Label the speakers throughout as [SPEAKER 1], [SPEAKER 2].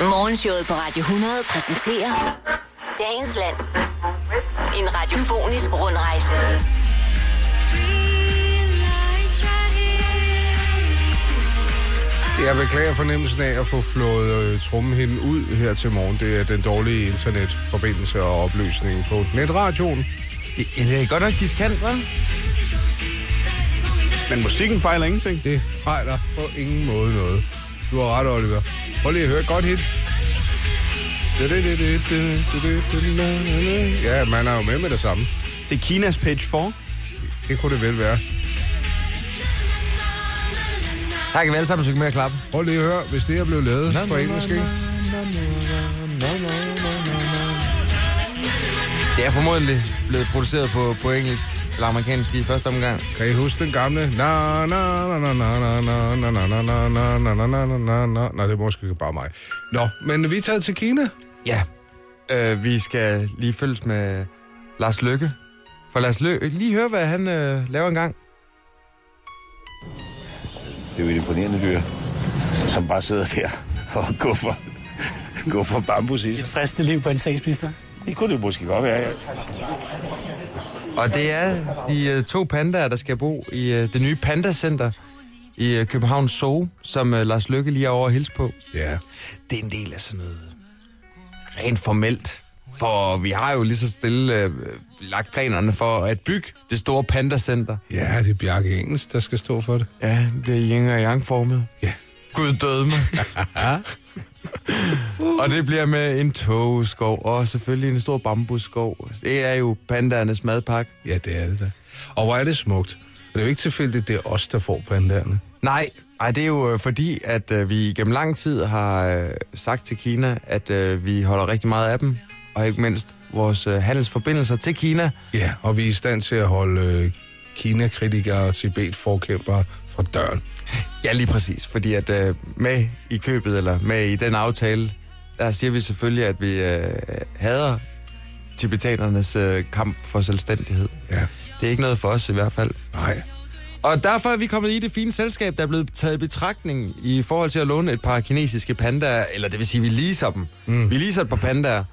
[SPEAKER 1] Morgenshowet på Radio 100 præsenterer Dagens Land. En radiofonisk rundrejse.
[SPEAKER 2] Jeg beklager fornemmelsen af at få flået øh, trummehinden ud her til morgen. Det er den dårlige internetforbindelse og opløsning på netradioen.
[SPEAKER 3] Det, det er godt nok diskant, hva'?
[SPEAKER 4] Men musikken fejler ingenting.
[SPEAKER 2] Det fejler på ingen måde noget. Du har ret, Oliver. Prøv lige at høre et godt hit. Ja, man er jo med med det samme.
[SPEAKER 4] Det er Kinas page 4.
[SPEAKER 2] Det kunne det vel være.
[SPEAKER 3] Her kan vi alle sammen synge med at klappe.
[SPEAKER 2] Prøv lige at høre, hvis det er blevet lavet på engelsk, ikke?
[SPEAKER 3] Det er formodentlig blevet produceret på, på engelsk eller amerikansk i første omgang.
[SPEAKER 2] Kan I huske den gamle? Na na na na na na na na na na na na na na na na na Nej, det er måske bare mig. Nå, men vi er taget til Kina.
[SPEAKER 3] Ja. Øh, vi skal lige følges med Lars Lykke. For Lars Løkke, lige høre, hvad han øh, laver en gang.
[SPEAKER 5] Det er jo et imponerende dyr, som bare sidder der og går for, går for bambus i sig.
[SPEAKER 6] Det friste liv på en statsminister.
[SPEAKER 5] Det kunne det måske godt være, ja.
[SPEAKER 3] Og det er de øh, to pandaer, der skal bo i øh, det nye pandacenter i øh, Københavns Zoo, som øh, Lars Lykke lige er over at hilse på.
[SPEAKER 2] Ja.
[SPEAKER 3] det er en del af sådan noget rent formelt. For vi har jo lige så stille øh, lagt planerne for at bygge det store pandacenter.
[SPEAKER 2] Ja, det er Bjarke Engels, der skal stå for det.
[SPEAKER 3] Ja, det bliver yin og yang formet.
[SPEAKER 2] Ja.
[SPEAKER 3] Gud døde mig. og det bliver med en togeskov og selvfølgelig en stor bambusskov. Det er jo pandaernes madpakke.
[SPEAKER 2] Ja, det er det da. Og hvor er det smukt. Og det er jo ikke tilfældigt, det er os, der får pandaerne.
[SPEAKER 3] Nej, nej, det er jo øh, fordi, at øh, vi gennem lang tid har øh, sagt til Kina, at øh, vi holder rigtig meget af dem. Og ikke mindst vores øh, handelsforbindelser til Kina.
[SPEAKER 2] Ja, og vi er i stand til at holde øh, Kina-kritikere og Tibet-forkæmpere fra døren.
[SPEAKER 3] Ja, lige præcis. Fordi at øh, med i købet, eller med i den aftale, der siger vi selvfølgelig, at vi øh, hader tibetanernes øh, kamp for selvstændighed.
[SPEAKER 2] Ja.
[SPEAKER 3] Det er ikke noget for os i hvert fald.
[SPEAKER 2] Nej.
[SPEAKER 3] Og derfor er vi kommet i det fine selskab, der er blevet taget i betragtning i forhold til at låne et par kinesiske pandaer, eller det vil sige, at vi leaser dem. Mm. Vi leaser et par pandaer,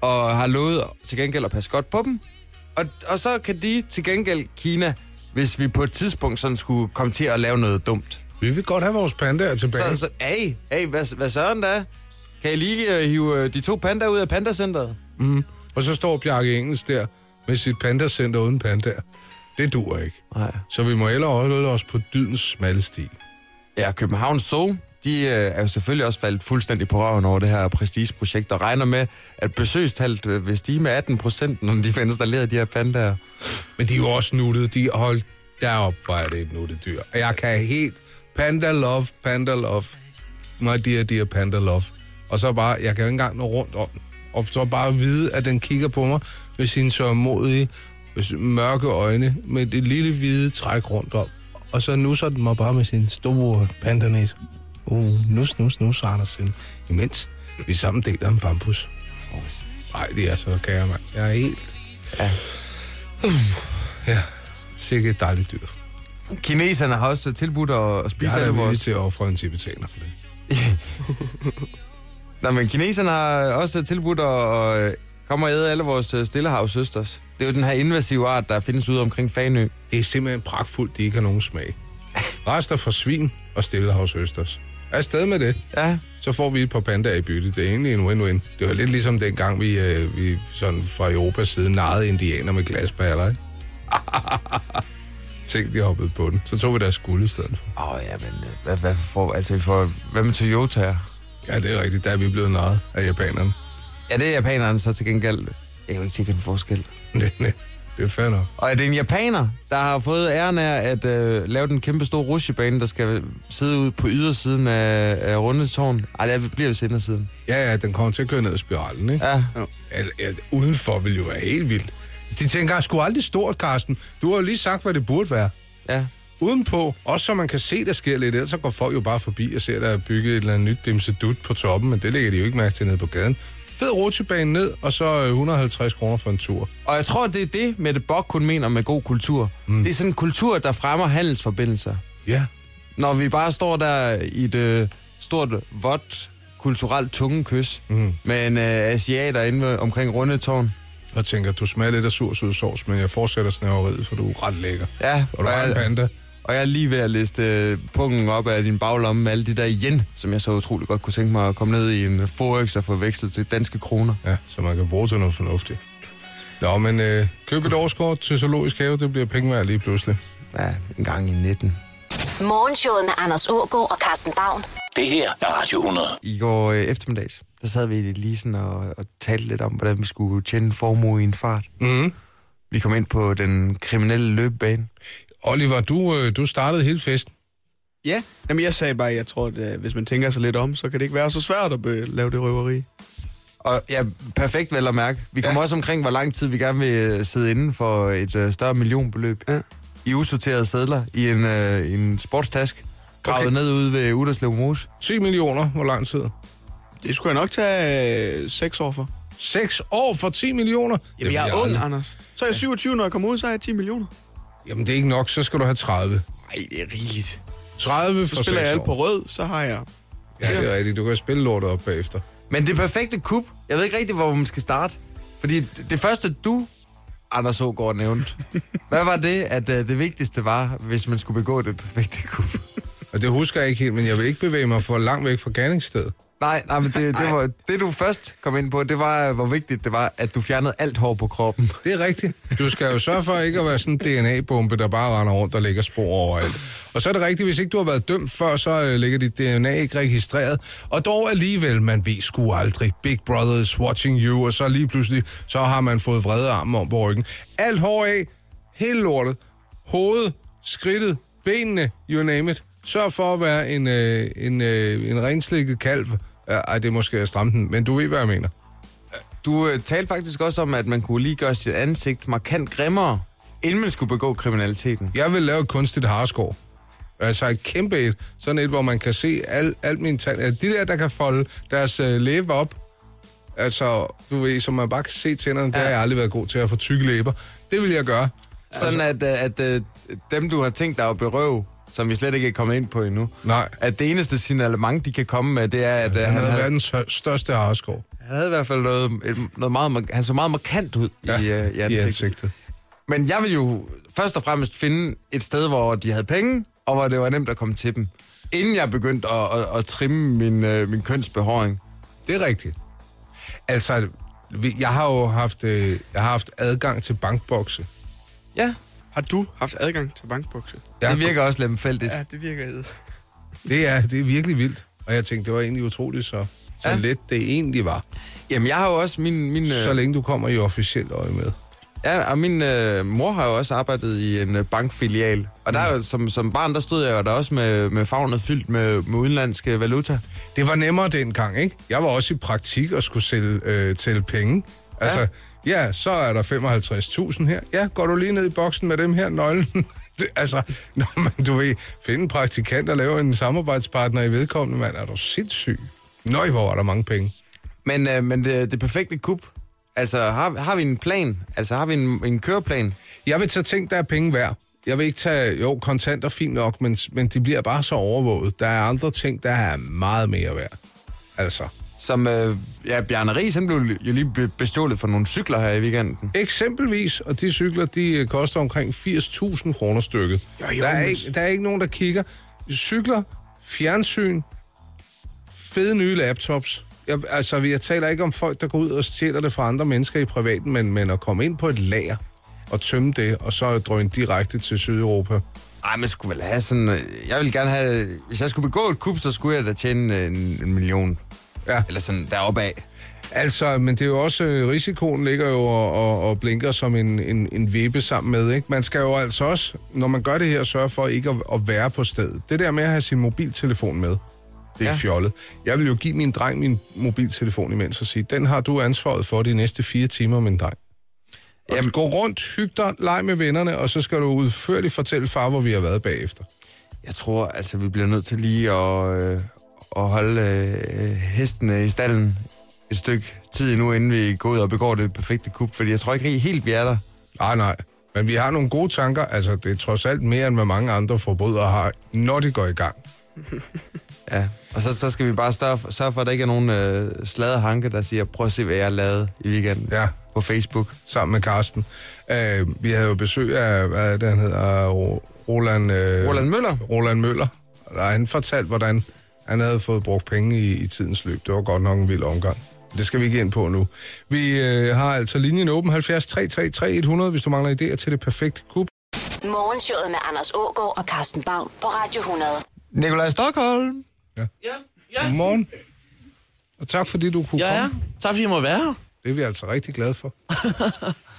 [SPEAKER 3] og har lovet til gengæld at passe godt på dem. Og, og så kan de til gengæld Kina, hvis vi på et tidspunkt sådan skulle komme til at lave noget dumt.
[SPEAKER 2] Vi vil godt have vores pandaer tilbage.
[SPEAKER 3] Så, så, hey, hey, hvad, hvad søren der? Kan I lige uh, hive øh, de to pandaer ud af pandacenteret?
[SPEAKER 2] Og så står Bjarke Engels der med sit pandacenter uden pandaer. Det dur ikke.
[SPEAKER 3] Nej.
[SPEAKER 2] Så vi må hellere holde os på dydens smalle sti.
[SPEAKER 3] Ja, København Zoo, de øh, er jo selvfølgelig også faldet fuldstændig på røven over det her prestigeprojekt, og regner med, at besøgstallet øh, vil stige med 18 procent, når de får installeret de her pandaer.
[SPEAKER 2] Men de er jo også nuttede. De er holdt derop, hvor er det et nuttet dyr. Og jeg kan helt panda love, panda love. My dear, dear panda love. Og så bare, jeg kan jo ikke engang nå rundt om. den. Og så bare vide, at den kigger på mig med sine sørmodige, mørke øjne, med det lille hvide træk rundt om. Og så nusser den mig bare med sin store pandanæs. Uh, nus, nus, nus, Andersen. Imens vi sammen deler en bambus. Nej, det er så kære, mand. Jeg er helt... Ja. Uh, ja. Sikke et dejligt dyr.
[SPEAKER 3] Kineserne har også tilbudt at at
[SPEAKER 2] Jeg
[SPEAKER 3] spise
[SPEAKER 2] er da
[SPEAKER 3] det
[SPEAKER 2] villig
[SPEAKER 3] vores...
[SPEAKER 2] til at ofre en tibetaner for det.
[SPEAKER 3] Nå, men kineserne har øh, også tilbudt at øh, komme og æde alle vores øh, stillehavsøsters. Det er jo den her invasive art, der findes ude omkring Fanø.
[SPEAKER 2] Det er simpelthen pragtfuldt, de ikke har nogen smag. Rester fra svin og stillehavsøsters. Er afsted med det.
[SPEAKER 3] Ja,
[SPEAKER 2] Så får vi et par pandaer i bytte. Det er egentlig en win-win. Det var lidt ligesom dengang, vi, øh, vi sådan fra Europas side narrede indianer med glasballer, ikke? Tænk, de hoppede på den. Så tog vi deres guld i stedet for.
[SPEAKER 3] Åh, oh, ja, men øh, hvad, hvad, får, altså, vi får, hvad med Toyota?
[SPEAKER 2] Ja, det er rigtigt. Der er vi blevet narret af japanerne.
[SPEAKER 3] Ja, det er japanerne så til gengæld. Jeg kan jo ikke se, en forskel.
[SPEAKER 2] Det, det, det er fair nok.
[SPEAKER 3] Og er det en japaner, der har fået æren af at øh, lave den kæmpe store rushebane, der skal sidde ud på ydersiden af, af rundetårn? Ej, det bliver vist indersiden.
[SPEAKER 2] Ja, ja, den kommer til at køre ned ad spiralen, ikke?
[SPEAKER 3] Ja.
[SPEAKER 2] Al- al- udenfor ville jo være helt vildt. De tænker, sgu aldrig stort, Carsten. Du har jo lige sagt, hvad det burde være.
[SPEAKER 3] Ja.
[SPEAKER 2] Udenpå, også så man kan se, der sker lidt, ellers så går folk jo bare forbi og ser, der er bygget et eller andet nyt dimsedut på toppen, men det lægger de jo ikke mærke til nede på gaden. Fed rutsjebane ned, og så øh, 150 kroner for en tur.
[SPEAKER 3] Og jeg tror, det er det, Mette Bock kun mener med god kultur. Mm. Det er sådan en kultur, der fremmer handelsforbindelser.
[SPEAKER 2] Ja.
[SPEAKER 3] Når vi bare står der i et øh, stort, vådt kulturelt tunge kys mm. med en øh, asiater inde ved- omkring Rundetårn.
[SPEAKER 2] Og tænker, du smager lidt af sur sød sovs, men jeg fortsætter snæveriet, for du er ret lækker.
[SPEAKER 3] Ja,
[SPEAKER 2] Og du er en panda.
[SPEAKER 3] og jeg er lige ved at liste øh, pungen op af din baglomme med alle de der yen, som jeg så utrolig godt kunne tænke mig at komme ned i en forex og få vekslet til danske kroner.
[SPEAKER 2] Ja, så man kan bruge til noget fornuftigt. Nå, men øh, køb et årskort til Zoologisk Have, det bliver penge værd lige pludselig.
[SPEAKER 3] Ja, en gang i 19.
[SPEAKER 1] Morgenshowet med Anders Ågaard og Carsten Baum.
[SPEAKER 6] Det her er Radio 100.
[SPEAKER 3] I går øh, eftermiddags, der sad vi lige sådan og, og talte lidt om, hvordan vi skulle tjene en formue i en fart.
[SPEAKER 2] Mm.
[SPEAKER 3] Vi kom ind på den kriminelle løbebane.
[SPEAKER 2] Oliver, du, øh, du startede hele festen.
[SPEAKER 4] Ja, jamen jeg sagde bare, at jeg tror, at øh, hvis man tænker sig lidt om, så kan det ikke være så svært at øh, lave det røveri.
[SPEAKER 3] Og ja, perfekt vel at mærke. Vi kommer også omkring, hvor lang tid vi gerne vil øh, sidde inden for et øh, større millionbeløb.
[SPEAKER 4] Ja.
[SPEAKER 3] I usorterede sædler i en, øh, en sportstask, gravet
[SPEAKER 2] Okay.
[SPEAKER 3] okay. ned ude ved Uderslev Mose.
[SPEAKER 2] 10 millioner, hvor lang tid?
[SPEAKER 4] Det skulle jeg nok tage øh, seks år for.
[SPEAKER 2] 6 år for 10 millioner?
[SPEAKER 4] Jamen, jeg er
[SPEAKER 2] ville
[SPEAKER 4] ung,
[SPEAKER 2] aldrig-
[SPEAKER 4] Anders. Så er jeg 27, når jeg kommer ud, så er jeg 10 millioner.
[SPEAKER 2] Jamen, det er ikke nok, så skal du have 30.
[SPEAKER 4] Nej, det er rigeligt.
[SPEAKER 2] 30 for
[SPEAKER 4] Så spiller jeg
[SPEAKER 2] seks
[SPEAKER 4] alt
[SPEAKER 2] år.
[SPEAKER 4] på rød, så har jeg...
[SPEAKER 2] Ja, det er rigtigt. Du kan spille lortet op bagefter.
[SPEAKER 3] Men det perfekte kup, jeg ved ikke rigtig, hvor man skal starte. Fordi det det første, du, Anders Ågaard, nævnte, hvad var det, at øh, det vigtigste var, hvis man skulle begå det perfekte kup?
[SPEAKER 2] Og det husker jeg ikke helt, men jeg vil ikke bevæge mig for langt væk fra gerningsstedet.
[SPEAKER 3] Nej, nej, men det, det, var, det du først kom ind på, det var, øh, hvor vigtigt det var, at du fjernede alt hår på kroppen.
[SPEAKER 2] Det er rigtigt. Du skal jo sørge for ikke at være sådan en DNA-bombe, der bare render rundt og lægger spor overalt. Og så er det rigtigt, hvis ikke du har været dømt før, så øh, ligger dit DNA ikke registreret. Og dog alligevel, man ved sgu aldrig. Big Brother is watching you, og så lige pludselig, så har man fået vrede armen om på ryggen. Alt hår af, hele lortet, hovedet, skridtet, benene, you name it. Sørg for at være en, øh, en, øh, en renslikket kalv. Ja, Ej, det er måske at stramme den, men du ved, hvad jeg mener.
[SPEAKER 3] Du øh, talte faktisk også om, at man kunne lige gøre sit ansigt markant grimmere, inden man skulle begå kriminaliteten.
[SPEAKER 2] Jeg vil lave et kunstigt harskår. Altså et kæmpe et. Sådan et, hvor man kan se al, alt min tand. Altså, de der, der kan folde deres øh, læbe op. Altså, du ved, som man bare kan se tænderne. Ja. Det har jeg aldrig været god til at få tykke læber. Det vil jeg gøre. Altså-
[SPEAKER 3] Sådan at, øh, at øh, dem, du har tænkt dig at berøve, som vi slet ikke er kommet ind på endnu,
[SPEAKER 2] Nej.
[SPEAKER 3] at det eneste signalement, de kan komme med, det er, at øh,
[SPEAKER 2] Han
[SPEAKER 3] han,
[SPEAKER 2] havde
[SPEAKER 3] havde,
[SPEAKER 2] verdens hø- største harskår
[SPEAKER 3] han havde i hvert fald noget, et, noget meget, mark- han så meget markant ud ja, i, øh, i,
[SPEAKER 2] i
[SPEAKER 3] ansigtet.
[SPEAKER 2] ansigtet.
[SPEAKER 3] Men jeg ville jo først og fremmest finde et sted, hvor de havde penge, og hvor det var nemt at komme til dem, inden jeg begyndte at, at, at trimme min, øh, min kønsbehåring.
[SPEAKER 2] Det er rigtigt. Altså, vi- jeg har jo haft, øh, jeg har haft adgang til bankbokse.
[SPEAKER 3] Ja,
[SPEAKER 4] Har du haft adgang til bankbukse?
[SPEAKER 3] det virker også lemfældigt.
[SPEAKER 4] Ja, det virker jeg.
[SPEAKER 2] Det er, det er virkelig vildt. Og jeg tænkte, det var egentlig utroligt, så, så ja.
[SPEAKER 3] Ja.
[SPEAKER 2] let det egentlig var.
[SPEAKER 3] Jamen, jeg har jo også min... min
[SPEAKER 2] Så længe du kommer i officielt øje med.
[SPEAKER 3] Ja, og min øh, mor har jo også arbejdet i en øh, bankfilial. Og der er jo, som, som barn, der stod jeg jo der også med, med fagnet fyldt med, med udenlandske valuta.
[SPEAKER 2] Det var nemmere dengang, ikke? Jeg var også i praktik og skulle sælge, øh, tælle penge. Altså, ja. ja, så er der 55.000 her. Ja, går du lige ned i boksen med dem her nøglen? Det- altså, når man, du ved, finde en praktikant og lave en samarbejdspartner i vedkommende, mand, er du sindssyg. Nøj, hvor var der mange penge.
[SPEAKER 3] Men, øh, men det, det perfekte kup, altså har, har vi en plan? Altså har vi en, en køreplan?
[SPEAKER 2] Jeg vil tage ting, der er penge værd. Jeg vil ikke tage, jo, kontanter fint nok, men, men de bliver bare så overvåget. Der er andre ting, der er meget mere værd. Altså,
[SPEAKER 3] Som øh, ja, Bjarne Ries, han blev jo lige be- bestjålet for nogle cykler her i weekenden.
[SPEAKER 2] Eksempelvis, og de cykler, de øh, koster omkring 80.000 kroner stykket. Jo, jo, der, er ikke, der er ikke nogen, der kigger. Cykler, fjernsyn, fede nye laptops. Jeg, altså, vi- jeg taler ikke om folk, der går ud og stjæler det fra andre mennesker i privaten, men, men at komme ind på et lager og tømme det, og så drøne direkte til Sydeuropa.
[SPEAKER 3] Ej, man skulle vel have sådan... øh, Jeg ville gerne have... Hvis jeg skulle begå et kup, så skulle jeg da tjene øh, en, en million.
[SPEAKER 2] Ja.
[SPEAKER 3] Eller sådan deroppe af.
[SPEAKER 2] Altså, men det er jo også, øh, risikoen ligger jo og, og, og blinker som en, en, en vippe sammen med, ikke? Man skal jo altså også, når man gør det her, sørge for ikke at, at være på stedet. Det der med at have sin mobiltelefon med, det er ja.
[SPEAKER 3] Ja.
[SPEAKER 2] fjollet. Jeg vil jo give min dreng min mobiltelefon imens og sige, den har du ansvaret for de næste fire timer, min dreng. Jamen,
[SPEAKER 3] Jamen-
[SPEAKER 2] gå rundt, hyg dig, leg med vennerne, og så skal du udførligt fortælle far, hvor vi har været bagefter.
[SPEAKER 3] Jeg tror, altså, vi bliver nødt til lige at, øh, at holde øh, hestene i stallen et stykke tid endnu, inden vi går ud og begår det perfekte kup, fordi jeg tror ikke rigtig helt, vi er der.
[SPEAKER 2] Nej, nej. Men vi har nogle gode tanker. Altså, det er trods alt mere, end hvad mange andre forbrydere har, når de går i gang.
[SPEAKER 3] Ja. Og så, så skal vi bare sørge for, sørge for, at der ikke er nogen øh, sladehanke, der siger, prøv at se, hvad jeg lavede i weekenden
[SPEAKER 2] Ja.
[SPEAKER 3] på Facebook.
[SPEAKER 2] sammen med Karsten. Øh, vi havde jo besøg af, hvad er det, han hedder, Ro- Roland... Øh,
[SPEAKER 3] Roland Møller.
[SPEAKER 2] Roland Møller. Og han fortalte, hvordan han havde fået brugt penge i, i tidens løb. Det var godt nok en vild omgang. Det skal vi ikke ind på nu. Vi øh, har altså linjen åben 70 333 100, hvis du mangler idéer til det perfekte kub.
[SPEAKER 1] Morgenshowet med Anders Ågaard og Carsten Baum på Radio 100.
[SPEAKER 3] Nikolaj Stockholm.
[SPEAKER 7] Ja, ja.
[SPEAKER 2] Godmorgen. Og tak fordi du kunne
[SPEAKER 7] Ja, ja.
[SPEAKER 2] komme.
[SPEAKER 7] Tak fordi jeg må være her.
[SPEAKER 2] Det er vi altså rigtig glade for.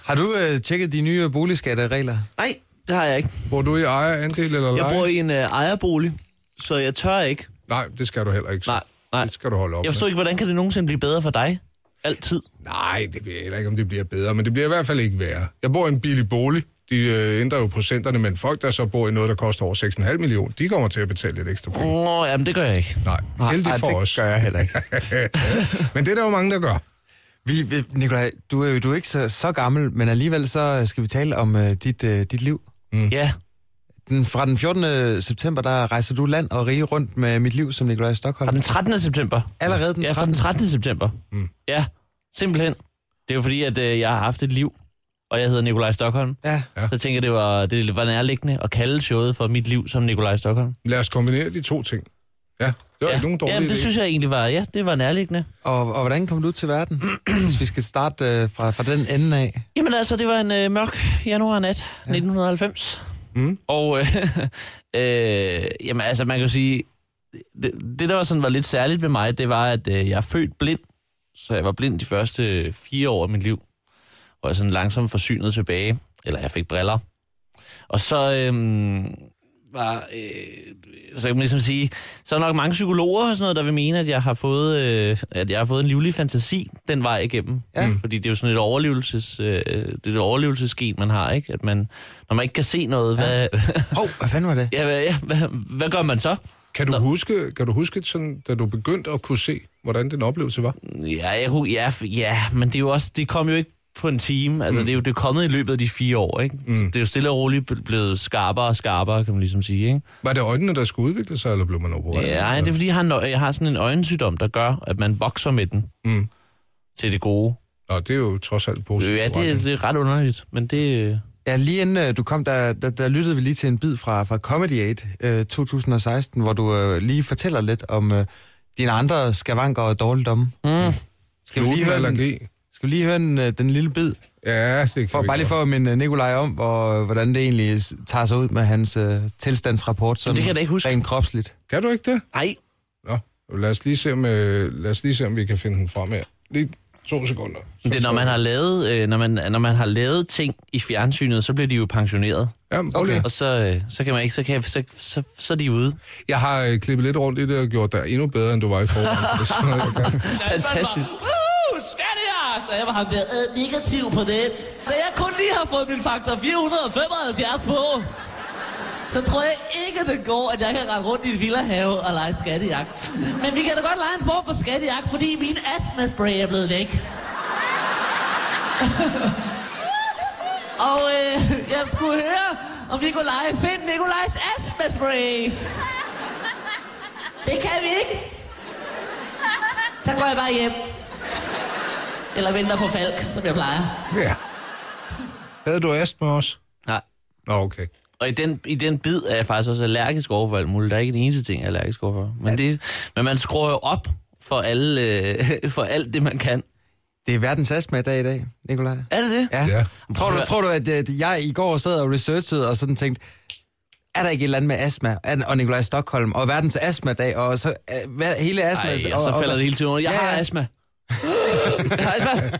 [SPEAKER 3] Har du øh, tjekket de nye boligskatteregler?
[SPEAKER 7] Nej, det har jeg ikke.
[SPEAKER 2] Bor du i ejer, andel eller
[SPEAKER 7] Jeg
[SPEAKER 2] leje?
[SPEAKER 7] bor i en øh, ejerbolig, så jeg tør ikke.
[SPEAKER 2] Nej, det skal du heller ikke. så.
[SPEAKER 7] Nej, nej.
[SPEAKER 2] Det skal du holde op
[SPEAKER 7] Jeg forstår
[SPEAKER 2] med.
[SPEAKER 7] ikke, hvordan kan det nogensinde blive bedre for dig? Altid.
[SPEAKER 2] Nej, det ved jeg heller ikke, om det bliver bedre, men det bliver i hvert fald ikke værre. Jeg bor i en billig bolig. De øh, ændrer jo procenterne, men folk, der så bor i noget, der koster over 6,5 millioner, de kommer til at betale lidt ekstra penge.
[SPEAKER 7] Nå, jamen det gør jeg ikke.
[SPEAKER 2] Nej, heldig
[SPEAKER 3] ej,
[SPEAKER 2] for
[SPEAKER 3] det
[SPEAKER 2] os.
[SPEAKER 3] gør jeg heller ikke.
[SPEAKER 2] men det er der jo mange, der gør.
[SPEAKER 3] Vi, vi, Nikolaj, du er jo du er ikke så, så gammel, men alligevel så skal vi tale om øh, dit, øh, dit liv.
[SPEAKER 2] Mm.
[SPEAKER 7] Ja,
[SPEAKER 3] Den, fra den 14. september, der rejser du land og rige rundt med mit liv som Nikolaj
[SPEAKER 7] fra
[SPEAKER 3] Stockholm.
[SPEAKER 7] den 13. september.
[SPEAKER 3] Allerede den
[SPEAKER 7] Ja, fra
[SPEAKER 3] 13.
[SPEAKER 7] den 13. september.
[SPEAKER 2] Mm.
[SPEAKER 7] Ja, simpelthen. Det er jo fordi, at øh, jeg har haft et liv, og jeg hedder Nikolaj Stockholm.
[SPEAKER 3] Ja.
[SPEAKER 2] Ja.
[SPEAKER 7] Så tænker jeg, det var, det var nærliggende at kalde showet for mit liv som Nikolaj Stockholm.
[SPEAKER 2] Lad os kombinere de to ting. Ja, det var
[SPEAKER 7] ja.
[SPEAKER 2] ikke nogen dårlig
[SPEAKER 7] Jamen, det
[SPEAKER 2] idé.
[SPEAKER 7] synes jeg egentlig var, ja, det var nærliggende.
[SPEAKER 3] Og, og hvordan kom du til verden? Hvis vi skal starte øh, fra, fra den ende af.
[SPEAKER 7] Jamen altså, det var en øh, mørk januarnat ja. 1990.
[SPEAKER 2] Mm.
[SPEAKER 7] Og øh, øh, jamen altså, man kan jo sige, det, det der var sådan var lidt særligt ved mig, det var, at øh, jeg er født blind. Så jeg var blind de første øh, fire år af mit liv. Og jeg sådan langsomt forsynet tilbage. Eller jeg fik briller. Og så øh, var, øh, så kan man ligesom sige, så er der nok mange psykologer og sådan noget, der vil mene, at jeg har fået, øh, at jeg har fået en livlig fantasi den vej igennem.
[SPEAKER 3] Ja.
[SPEAKER 7] Mm. Fordi det er jo sådan et, overlevelses, øh, det er et overlevelsesgen, man har, ikke? At man, når man ikke kan se noget, ja. hvad,
[SPEAKER 3] Hov, hvad fanden var det?
[SPEAKER 7] ja, hvad, ja, hvad, hvad gør man så?
[SPEAKER 2] Kan du huske, kan du huske sådan, da du begyndte at kunne se, hvordan den oplevelse var?
[SPEAKER 7] Ja, jeg, kunne- ja, f- ja, men det er jo også, det kom jo ikke på en time. Altså, mm. det er jo det er kommet i løbet af de fire år, ikke? Mm. Det er jo stille og roligt bl- blevet skarpere og skarpere, kan man ligesom sige, ikke?
[SPEAKER 2] Var det øjnene, der skulle udvikle sig, eller blev man opereret?
[SPEAKER 7] Ja, nej, det er fordi, jeg har, en, ø- jeg har sådan en øjensygdom, der gør, at man vokser med den
[SPEAKER 2] Mm.
[SPEAKER 7] til det gode. Øh,
[SPEAKER 2] Nå, det er jo trods alt positivt.
[SPEAKER 7] Ja, det, det er ret underligt, men det... øh,
[SPEAKER 3] Ja, lige inden øh, du kom, der, der, der lyttede vi lige til en bid fra, fra Comedy 8 øh, 2016, hvor du øh, lige fortæller lidt om øh, dine andre skavanker og dårligdomme.
[SPEAKER 7] Mm.
[SPEAKER 3] Skal vi lige høre den,
[SPEAKER 2] allergi.
[SPEAKER 3] skal vi lige høre den, øh, den lille bid?
[SPEAKER 2] Ja, det kan
[SPEAKER 3] For,
[SPEAKER 2] vi
[SPEAKER 3] bare lige
[SPEAKER 2] godt.
[SPEAKER 3] for at minde øh, Nikolaj om, hvor, øh, hvordan det egentlig s- tager sig ud med hans øh, tilstandsrapport. Sådan,
[SPEAKER 7] Men det kan jeg da ikke huske.
[SPEAKER 3] Rent kropsligt.
[SPEAKER 2] Kan du ikke det?
[SPEAKER 7] Ej,
[SPEAKER 2] Nå, lad os lige se, om, øh, lad os lige se, om vi kan finde den frem her. Lige to sekunder. Så
[SPEAKER 7] det er, når man har lavet, øh, når man, når man har lavet ting i fjernsynet, så bliver de jo pensioneret.
[SPEAKER 2] Jamen, okay.
[SPEAKER 7] Og så, øh, så kan man ikke, så, kan, så, så, så er de ude.
[SPEAKER 2] Jeg har øh, klippet lidt rundt i det og gjort dig endnu bedre, end du var i forvejen. Det er sådan noget, jeg gør.
[SPEAKER 7] Fantastisk.
[SPEAKER 8] Uh, skattejagt! Og jeg var ham der øh, negativ på den. Da jeg kun lige har fået min faktor 475 på, så tror jeg ikke, det går, at jeg kan rende rundt i en villahave og lege skattejagt. Men vi kan da godt lege en form for skattejagt, fordi min astmaspray er blevet væk. og øh, jeg skulle høre, om vi kunne lege Find Nikolajs astmaspray. Det kan vi ikke. Så går jeg bare hjem. Eller venter på Falk, som jeg plejer.
[SPEAKER 2] Ja. Havde du astma også?
[SPEAKER 7] Nej.
[SPEAKER 2] Nå, okay.
[SPEAKER 7] Og i den, i den bid er jeg faktisk også allergisk overfor alt muligt. Der er ikke en eneste ting, jeg er allergisk overfor. Men, det, men man skruer jo op for, alle, øh, for alt det, man kan.
[SPEAKER 3] Det er verdens astma dag i dag, Nikolaj.
[SPEAKER 7] Er det det?
[SPEAKER 3] Ja.
[SPEAKER 2] Ja.
[SPEAKER 3] ja. Tror, du, tror du, at, at jeg i går sad og researchede og sådan tænkte, er der ikke et eller andet med astma? Er- Og Nikolaj Stockholm, og verdens astma-dag, og så øh, hvad, hele astma...
[SPEAKER 7] Ej, og så falder det hele tiden under. Jeg
[SPEAKER 3] Ja,
[SPEAKER 7] har
[SPEAKER 3] ja.
[SPEAKER 7] astma. Jeg har astma.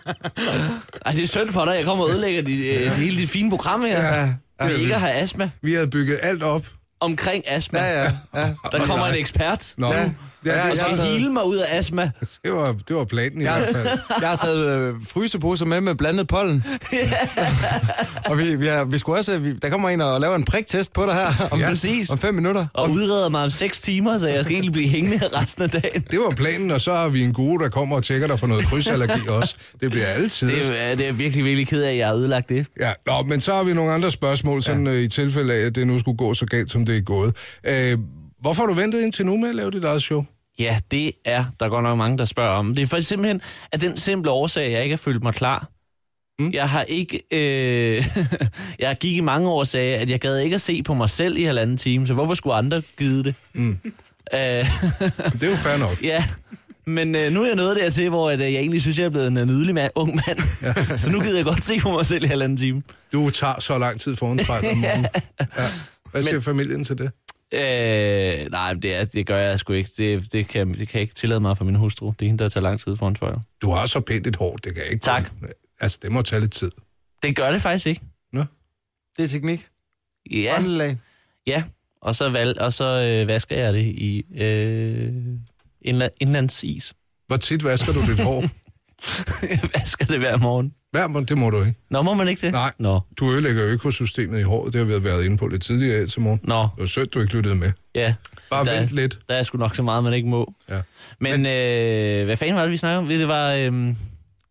[SPEAKER 7] Ej, det er synd for dig. Jeg kommer og ødelægger dit, øh, det hele dit fine program her.
[SPEAKER 2] Ja,
[SPEAKER 7] Ja,
[SPEAKER 2] det er
[SPEAKER 7] vi ikke
[SPEAKER 2] vildt.
[SPEAKER 7] har astma.
[SPEAKER 2] Vi havde bygget alt op.
[SPEAKER 7] Omkring astma.
[SPEAKER 3] Ja, ja, ja.
[SPEAKER 7] Der kommer en ekspert.
[SPEAKER 2] Nå, ja. Ja,
[SPEAKER 3] Ja,
[SPEAKER 7] Og
[SPEAKER 2] det,
[SPEAKER 3] jeg har
[SPEAKER 7] skal
[SPEAKER 3] taget-
[SPEAKER 7] hele mig ud af astma.
[SPEAKER 2] det, var, det var planen i
[SPEAKER 3] Ja.
[SPEAKER 2] hvert fald.
[SPEAKER 3] Jeg har taget øh, fryseposer med med blandet pollen. og vi, vi, har, vi skulle også, vi, der kommer en og laver en priktest på dig her om,
[SPEAKER 2] Ja,
[SPEAKER 7] præcis.
[SPEAKER 3] om fem minutter.
[SPEAKER 7] Og udreder mig om 6 timer, så jeg skal egentlig blive hængende resten af dagen.
[SPEAKER 2] Det var planen, og så har vi en gode, der kommer og tjekker dig for noget krydsallergi også. Det bliver altid.
[SPEAKER 7] Det er, ja, det er jeg virkelig, virkelig ked af, at jeg har ødelagt det.
[SPEAKER 2] Ja, nå, men så har vi nogle andre spørgsmål, sådan ja. øh, i tilfælde af, at det nu skulle gå så galt, som det er gået. Øh, hvorfor har du ventet indtil nu med at lave dit eget show?
[SPEAKER 7] Ja, det er der godt nok mange, der spørger om. Det er for simpelthen af den simple årsag, at jeg ikke har følt mig klar. Mm. Jeg har ikke... Øh, jeg gik i mange år og sagde, at jeg gad ikke at se på mig selv i halvanden time, så hvorfor skulle andre gide det? Mm. Øh,
[SPEAKER 2] Det er jo fair nok.
[SPEAKER 7] ja, men øh, nu er jeg nået dertil, hvor at, øh, jeg egentlig synes, jeg er blevet en øh, nydelig mand, ung mand. Ja. så nu gider jeg godt se på mig selv i halvanden time.
[SPEAKER 2] Du tager så lang tid foran spejlet om morgenen. Ja. Hvad siger familien til det?
[SPEAKER 7] Øh, nej, men det, er, det gør jeg sgu ikke. Det, det, kan, det kan jeg ikke tillade mig for min hustru. Det er hende, der tager lang tid foran spejlet.
[SPEAKER 2] Du har så pænt et hår, det kan jeg ikke.
[SPEAKER 7] Tak.
[SPEAKER 2] kun- Altså, det må tage lidt tid.
[SPEAKER 7] Det gør det faktisk ikke.
[SPEAKER 2] Nå?
[SPEAKER 3] Det er teknik.
[SPEAKER 7] Ja,
[SPEAKER 3] Håndlag.
[SPEAKER 7] ja. Og så, valg, og så øh, vasker jeg det i øh, indla- indlandsis.
[SPEAKER 2] Hvor tit vasker du dit hår?
[SPEAKER 7] jeg vasker det hver morgen.
[SPEAKER 2] Hver morgen, det må du ikke.
[SPEAKER 7] Nå, må man ikke det?
[SPEAKER 2] Nej.
[SPEAKER 7] Nå,
[SPEAKER 2] Du ødelægger økosystemet i håret, det har vi været inde på lidt tidligere her til morgen.
[SPEAKER 7] nå,
[SPEAKER 2] Det var sødt, du ikke lyttede med.
[SPEAKER 7] ja.
[SPEAKER 2] Bare
[SPEAKER 7] Der-
[SPEAKER 2] vent lidt.
[SPEAKER 7] Der er sgu nok så meget, man ikke må.
[SPEAKER 2] Ja.
[SPEAKER 7] Men øh, hvad fanden var det, vi snakkede om? Det var... Øh,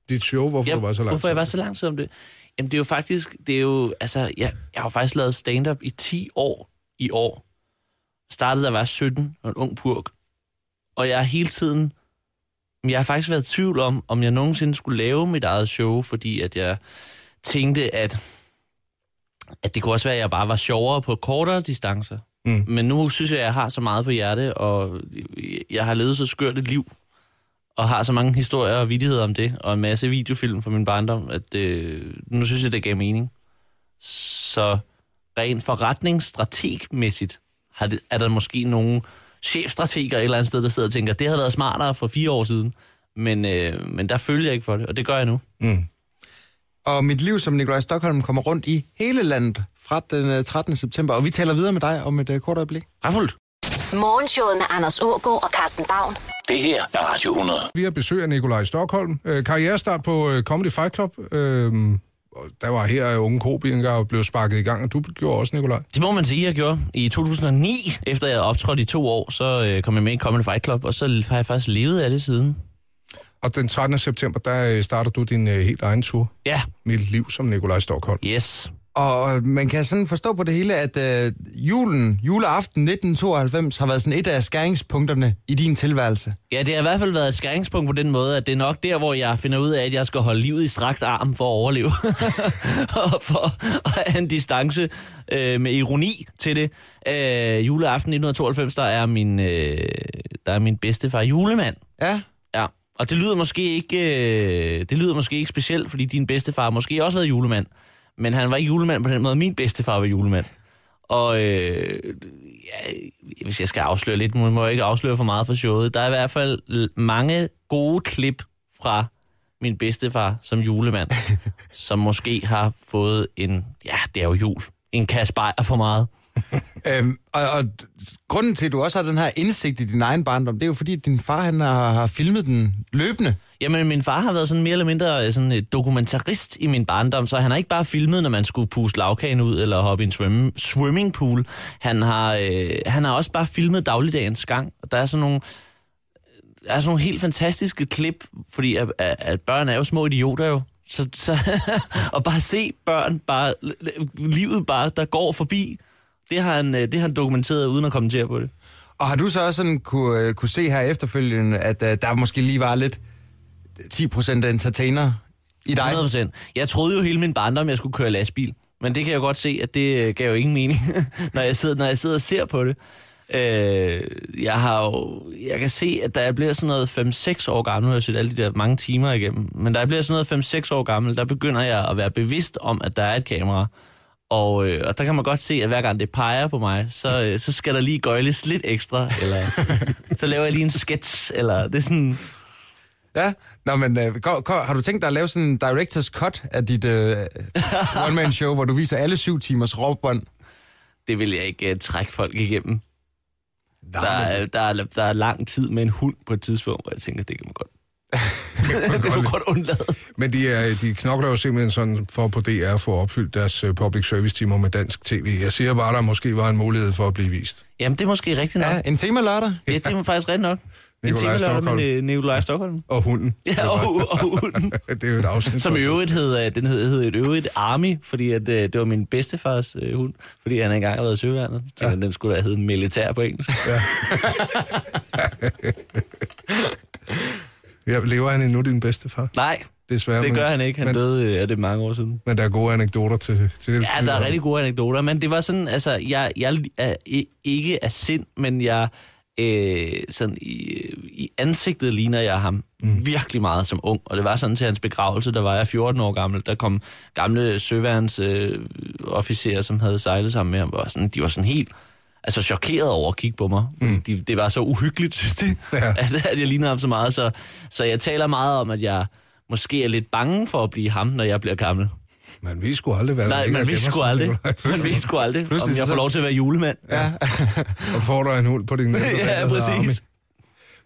[SPEAKER 2] Dit show, hvorfor
[SPEAKER 7] Ja,
[SPEAKER 2] du var så langt.
[SPEAKER 7] Hvorfor jeg var så lang tid om det? Jamen, det er jo faktisk, det er jo, altså, jeg, jeg har jo faktisk lavet stand-up i 10 år i år. Startede, da jeg var 17, og en ung purk. Og jeg har hele tiden, men jeg har faktisk været i tvivl om, om jeg nogensinde skulle lave mit eget show, fordi at jeg tænkte, at, at det kunne også være, at jeg bare var sjovere på kortere distancer.
[SPEAKER 2] Mm.
[SPEAKER 7] Men nu synes jeg, at jeg har så meget på hjerte, og jeg har levet så skørt et liv, og har så mange historier og vidigheder om det, og en masse videofilm fra min barndom, at øh, nu synes jeg, det gav mening. Så rent forretningsstrategmæssigt har det, er der måske nogle chefstrateger et eller andet sted, der sidder og tænker, det havde været smartere for fire år siden, men, øh, men der følger jeg ikke for det, og det gør jeg nu.
[SPEAKER 2] Mm.
[SPEAKER 3] Og mit liv som Nikolaj Stockholm kommer rundt i hele landet fra den øh, 13. september. Og vi taler videre med dig om et øh, kort øjeblik.
[SPEAKER 7] Rafuldt!
[SPEAKER 1] Morgenshowet med Anders Ågaard og Carsten Baum.
[SPEAKER 6] Det her er Radio 100.
[SPEAKER 2] Vi har besøg af Nikolaj Stockholm. Øh, karrierestart på øh, Comedy Fight Club. Øh, og der var her øh, unge komikere og blev sparket i gang, og du gjorde også, Nikolaj.
[SPEAKER 7] Det må man sige, jeg gjorde. I 2009, efter jeg havde optrådt i to år, så øh, kom jeg med i Comedy Fight Club, og så har jeg faktisk levet af det siden.
[SPEAKER 2] Og den 13. september, der øh, starter du din øh, helt egen tur.
[SPEAKER 7] Ja,
[SPEAKER 2] Mit liv som Nikolaj Stockholm.
[SPEAKER 7] yes.
[SPEAKER 3] Og øh, man kan sådan forstå på det hele, at øh, julen, juleaften 1992, har været sådan et af skæringspunkterne i din tilværelse.
[SPEAKER 7] Ja, det har i hvert fald været et skæringspunkt på den måde, at det er nok der, hvor jeg finder ud af, at jeg skal holde livet i strakt arm for at overleve. og for at have en distance øh, med ironi til det. Øh, juleaften 1992, der er min, øh, der er min bedstefar julemand.
[SPEAKER 3] Ja,
[SPEAKER 7] Ja, og det lyder måske ikke, øh, det lyder måske ikke specielt, fordi din bedstefar måske også havde julemand. Men han var ikke julemand på den måde, min bedstefar var julemand. Og øh, ja, hvis jeg skal afsløre lidt, må må jeg ikke afsløre for meget for showet. Der er i hvert fald l- mange gode klip fra min bedstefar som julemand, som måske har fået en, ja, det er jo jul, en kasse bajer for meget.
[SPEAKER 3] Øhm, og, og grunden til, at du også har den her indsigt i din egen barndom, det er jo fordi, at din far han har, har filmet den løbende.
[SPEAKER 7] Jamen, min far har været sådan mere eller mindre øh, sådan et dokumentarist i min barndom, så han har ikke bare filmet, når man skulle puste lavkagen ud eller hoppe i en swim, swimmingpool. Han har, øh, han har også bare filmet dagligdagens gang. Og der er sådan nogle, der er sådan nogle helt fantastiske klip, fordi at, at, at børn er jo små idioter jo. Så, så og bare se børn, bare, livet bare, der går forbi, det har han, øh, det har han dokumenteret uden at kommentere på det.
[SPEAKER 3] Og har du så også sådan kunne, øh, kunne se her efterfølgende, at øh, der måske lige var lidt 10% entertainer i dig?
[SPEAKER 7] 100%. Jeg troede jo hele min barndom, jeg skulle køre lastbil. Men det kan jeg jo godt se, at det øh, gav jo ingen mening, når, jeg sidder, når jeg sidder og ser på det. Øh, jeg, har jo, jeg kan se, at da jeg bliver sådan noget 5-6 år gammel, nu har jeg set alle de der mange timer igennem, men da jeg bliver sådan noget 5-6 år gammel, der begynder jeg at være bevidst om, at der er et kamera. Og, øh, og der kan man godt se, at hver gang det peger på mig, så, øh, så skal der lige gøjles lidt ekstra, eller så laver jeg lige en sketch, eller det er sådan...
[SPEAKER 3] Ja, Nå, men øh, kom, kom, har du tænkt dig at lave sådan en director's cut af dit øh, one-man-show, hvor du viser alle syv timers råbånd?
[SPEAKER 7] det vil jeg ikke uh, trække folk igennem. Der, er, der, er, der er lang tid med en hund på et tidspunkt, hvor jeg tænker, det kan man godt. det kan man godt undlade.
[SPEAKER 2] Men de, er, de knokler jo simpelthen sådan for på DR at få opfyldt deres øh, public service timer med dansk tv. Jeg siger bare, der måske var en mulighed for at blive vist.
[SPEAKER 7] Jamen, det er måske rigtigt nok.
[SPEAKER 3] Ja,
[SPEAKER 7] Ja,
[SPEAKER 3] en tema lørdag.
[SPEAKER 7] ja det er faktisk rigtigt nok. En
[SPEAKER 2] Nikolaj
[SPEAKER 7] tænker
[SPEAKER 2] Stockholm
[SPEAKER 7] med Nikolaj Stockholm.
[SPEAKER 2] og hunden.
[SPEAKER 7] Ja, og, og hunden.
[SPEAKER 2] det er jo et afsnit.
[SPEAKER 7] Som i øvrigt hed, øh, den hed, hed et øvrigt Army, fordi at, øh, det var min bedstefars øh, hund, fordi han engang har været i søværnet. Så ja. den skulle da hedde militær på engelsk.
[SPEAKER 2] Jeg lever han endnu din bedstefar?
[SPEAKER 7] Nej,
[SPEAKER 2] Desværre.
[SPEAKER 7] det
[SPEAKER 2] men-
[SPEAKER 7] gør han ikke. Han
[SPEAKER 2] men,
[SPEAKER 7] døde, øh, er det mange år siden.
[SPEAKER 2] Men der er gode anekdoter til, til det.
[SPEAKER 7] Ja, der er rigtig gode anekdoter, men det var sådan, altså, jeg, jeg er i- ikke af sind, men jeg øh, sådan i, i ansigtet ligner jeg ham mm. virkelig meget som ung, og det var sådan til hans begravelse, der var jeg 14 år gammel, der kom gamle søværens øh, officerer, som havde sejlet sammen med ham, og sådan, de var sådan helt altså chokeret over at kigge på mig. Mm. De, det var så uhyggeligt, synes de,
[SPEAKER 2] Ja.
[SPEAKER 7] ja. at, at jeg ligner ham så meget. Så, så jeg taler meget om, at jeg måske er lidt bange for at blive ham, når jeg bliver gammel.
[SPEAKER 2] Man ved sgu aldrig, hvad der
[SPEAKER 7] Nej,
[SPEAKER 2] ligger
[SPEAKER 7] man
[SPEAKER 2] og
[SPEAKER 7] vidste
[SPEAKER 2] gemmer
[SPEAKER 7] sgu
[SPEAKER 2] sig,
[SPEAKER 7] aldrig.
[SPEAKER 2] Nikolaj.
[SPEAKER 7] Man vidste sgu aldrig, om
[SPEAKER 3] Pludselig
[SPEAKER 7] jeg
[SPEAKER 3] så-
[SPEAKER 7] får lov til at være julemand. Ja, altså
[SPEAKER 2] Og får du en hund på din næste, der
[SPEAKER 7] ja
[SPEAKER 2] hedder Armin.
[SPEAKER 7] præcis.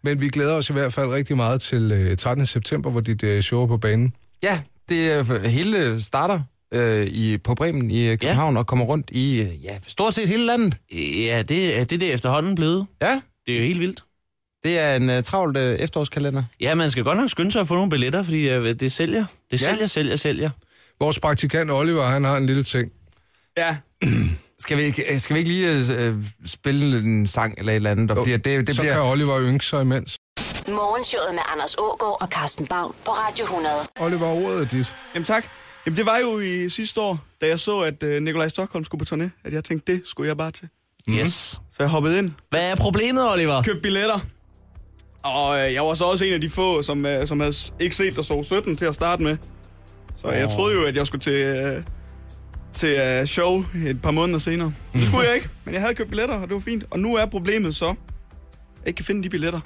[SPEAKER 2] Men vi glæder os i hvert fald rigtig meget til øh, 13. september, hvor dit øh, show er på banen.
[SPEAKER 3] Ja, det øh, hele starter øh, i, på Bremen i øh, København ja. og kommer rundt i øh, ja, stort set hele landet.
[SPEAKER 7] Ja, det, er- det er det efterhånden blevet.
[SPEAKER 3] Ja,
[SPEAKER 7] Det er jo helt vildt.
[SPEAKER 3] det er en øh, travlt øh, efterårskalender.
[SPEAKER 7] Ja, man skal godt nok skynde sig at få nogle billetter, fordi øh, det sælger. Det
[SPEAKER 3] Ja.
[SPEAKER 7] sælger, ja. sælger, sælger.
[SPEAKER 2] Vores praktikant Oliver, han har en lille ting.
[SPEAKER 4] Ja.
[SPEAKER 3] Skal vi, ikke- øh, skal vi ikke lige øh, spille en sang eller et eller andet? Og fordi at det, det
[SPEAKER 2] Så
[SPEAKER 3] bliver...
[SPEAKER 2] kan Oliver ynke sig imens.
[SPEAKER 1] Morgenshowet med Anders Ågaard og Carsten Baum på Radio 100.
[SPEAKER 2] Oliver, ordet er dit.
[SPEAKER 4] Jamen tak. Jamen det var jo i sidste år, da jeg så, at øh, Nikolaj Stockholm skulle på turné, at jeg tænkte, det skulle jeg bare til.
[SPEAKER 7] Yes.
[SPEAKER 4] Så jeg hoppede ind,
[SPEAKER 7] Hvad er problemet, Oliver?
[SPEAKER 4] købte billetter, og øh, jeg var så også en af de få, som, øh, som havde s- ikke set der så 17 til at starte med. Så jeg troede jo, at jeg skulle til, øh, til øh, show et par måneder senere. Men Det skulle jeg ikke, men jeg havde købt billetter, og det var fint. Og nu er problemet så, at jeg ikke kan finde de billetter.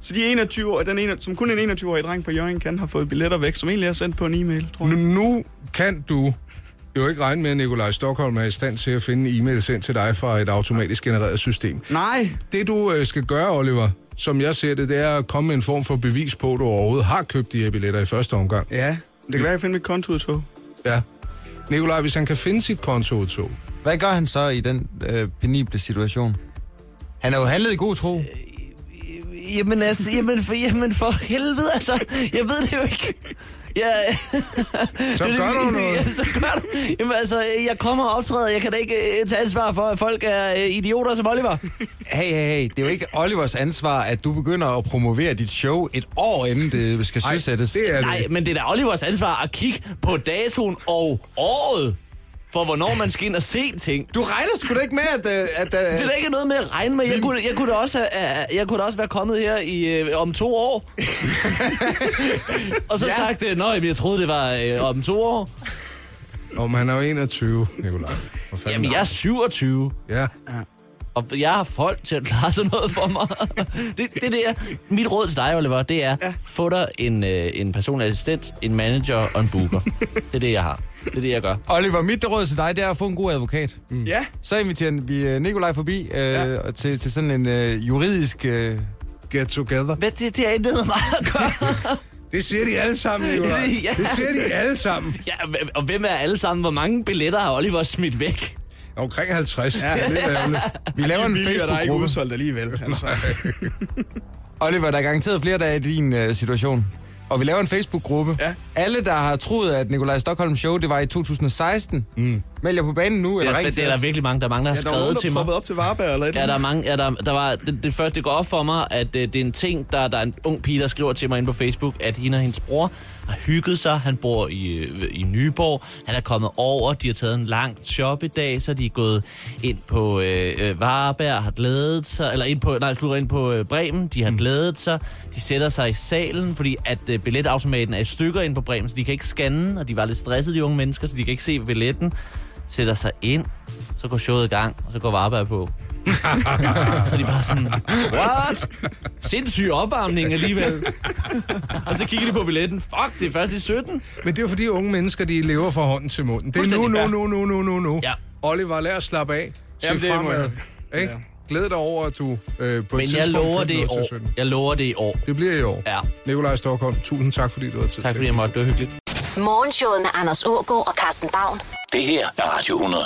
[SPEAKER 4] Så de 21 år, den ene, som kun en 21-årig dreng fra Jørgen kan, har fået billetter væk, som egentlig er sendt på en e-mail, tror jeg.
[SPEAKER 2] Nu, nu kan du jo ikke regne med, at Nikolaj Stockholm er i stand til at finde en e-mail sendt til dig fra et automatisk genereret system.
[SPEAKER 4] Nej,
[SPEAKER 2] Det du øh, skal gøre, Oliver, som jeg ser det, det er at komme med en form for bevis på, at du overhovedet har købt de her billetter i første omgang.
[SPEAKER 4] Ja, det kan være, jeg finder mit kontoudtog.
[SPEAKER 2] Ja. Nikolaj, hvis han kan finde sit kontoudtog,
[SPEAKER 3] Hvad gør han så i den øh, penible situation? Han har jo handlet i god tro.
[SPEAKER 7] Jamen altså, jamen for, jamen for helvede, altså. Jeg ved det jo ikke. Ja,
[SPEAKER 2] så
[SPEAKER 7] Det er
[SPEAKER 2] gør
[SPEAKER 7] det,
[SPEAKER 2] du
[SPEAKER 7] vi-
[SPEAKER 2] noget.
[SPEAKER 7] Ja, så gør du. Jamen altså, jeg kommer og optræder. Jeg kan da ikke øh, tage ansvar for, at folk er øh, idioter som Oliver.
[SPEAKER 3] Hey, hey, hey, det er jo ikke Olivers ansvar, at du begynder at promovere dit show et år inden det skal
[SPEAKER 2] Ej,
[SPEAKER 3] søsættes.
[SPEAKER 2] det er
[SPEAKER 7] Nej,
[SPEAKER 2] det.
[SPEAKER 7] men det er da Olivers ansvar at kigge på datoen og året for, hvornår man skal ind og se ting.
[SPEAKER 3] Du regner sgu da ikke med, at... øh, at, at
[SPEAKER 7] Det er da ikke noget med at regne med. Jeg kunne, jeg kunne, da, også, have, øh, jeg kunne da også være kommet her i, øh, om to år. og så ja. sagt, øh, Nå, jamen, jeg troede, det var øh, om to år.
[SPEAKER 2] Om han er jo 21, Nikolaj. Hvor fanden
[SPEAKER 7] Jamen,
[SPEAKER 2] er
[SPEAKER 7] jeg er 27.
[SPEAKER 2] han? Ja.
[SPEAKER 7] Og jeg har folk til at klare sådan noget for mig. det, det, er det er Mit råd til dig, Oliver, det er, ja. få dig en, øh, en personlig assistent, en manager og en booker. det er det, jeg har. Det er det, jeg gør.
[SPEAKER 3] Oliver, mit råd til dig, det er at få en god advokat. Mm.
[SPEAKER 4] Ja,
[SPEAKER 3] Så inviterer vi øh, Nikolaj forbi øh, ja. til, til sådan en øh, juridisk... Øh,
[SPEAKER 2] Get together.
[SPEAKER 7] Hvad, det, det er ikke noget med mig at gøre.
[SPEAKER 2] Det siger de alle sammen, Nikolaj.
[SPEAKER 7] Ja.
[SPEAKER 2] Det siger de alle sammen.
[SPEAKER 7] ja, og hvem- og hvem er alle sammen? Hvor mange billetter har Oliver smidt væk?
[SPEAKER 2] Omkring 50. Ja. Det er lidt ærgerligt.
[SPEAKER 3] vi laver en
[SPEAKER 4] billigere, der er ikke
[SPEAKER 3] Facebook-gruppe.
[SPEAKER 4] udsolgt alligevel. Altså.
[SPEAKER 3] Oliver, der er garanteret flere, der er i din øh, situation. Og vi laver en Facebook-gruppe.
[SPEAKER 4] Ja.
[SPEAKER 3] Alle, der har troet, at Nikolaj Stockholm show, det var i 2016, mm. meld jer på banen nu,
[SPEAKER 7] Det
[SPEAKER 3] eller
[SPEAKER 7] er,
[SPEAKER 3] ring
[SPEAKER 7] det
[SPEAKER 3] til
[SPEAKER 7] er der
[SPEAKER 3] os.
[SPEAKER 7] virkelig mange, der er mange, der har
[SPEAKER 4] Ja, der var nogen,
[SPEAKER 7] skrevet
[SPEAKER 4] der
[SPEAKER 7] til mig.
[SPEAKER 4] proppede op til Varberg eller et
[SPEAKER 7] Ja, der
[SPEAKER 4] eller
[SPEAKER 7] er
[SPEAKER 4] andet.
[SPEAKER 7] mange, ja, der, der var, det, det første, det går op for mig, at øh, det er en ting, der, der er en ung pige, der skriver til mig inde på Facebook, at hende og hendes bror har hygget sig. Han bor i, øh, i Nyborg. Han er kommet over. De har taget en lang shop i dag, så de er gået ind på øh, øh, Vareberg, har glædet sig, eller ind på, nej, slutter ind på øh, Bremen. De har mm. glædet sig. De sætter sig i salen, fordi at øh, billetautomaten er i stykker ind på Bremen, så de kan ikke scanne, og de var lidt stressede, de unge mennesker, så de kan ikke se billetten. Sætter sig ind, så går showet i gang, og så går Varberg på. Så er de bare sådan, what? Sindssyg opvarmning alligevel. og så kigger de på billetten. Fuck, det er først i 17.
[SPEAKER 2] Men det er jo fordi unge mennesker, de lever fra hånden til munden. Det er nu, nu,
[SPEAKER 7] Fuldstændig.
[SPEAKER 2] nu, nu, nu, nu, nu.
[SPEAKER 7] Ja.
[SPEAKER 2] Oliver, lad os slappe af. Se
[SPEAKER 4] Jamen, det må
[SPEAKER 2] fremad. Ikke? Glæd dig over, at du øh, på et
[SPEAKER 7] Men
[SPEAKER 2] tidspunkt
[SPEAKER 7] jeg lover
[SPEAKER 2] købte
[SPEAKER 7] det i
[SPEAKER 2] noget til
[SPEAKER 7] år.
[SPEAKER 2] 17.
[SPEAKER 7] Jeg lover det i år.
[SPEAKER 2] Det bliver i år.
[SPEAKER 7] Ja.
[SPEAKER 2] Nikolaj Stockholm, tusind tak, fordi du har tid
[SPEAKER 7] Tak
[SPEAKER 2] til
[SPEAKER 7] fordi jeg måtte. Det var hyggeligt.
[SPEAKER 1] Morgenshowet med Anders Ågaard og Carsten Baum.
[SPEAKER 6] Det her er Radio 100.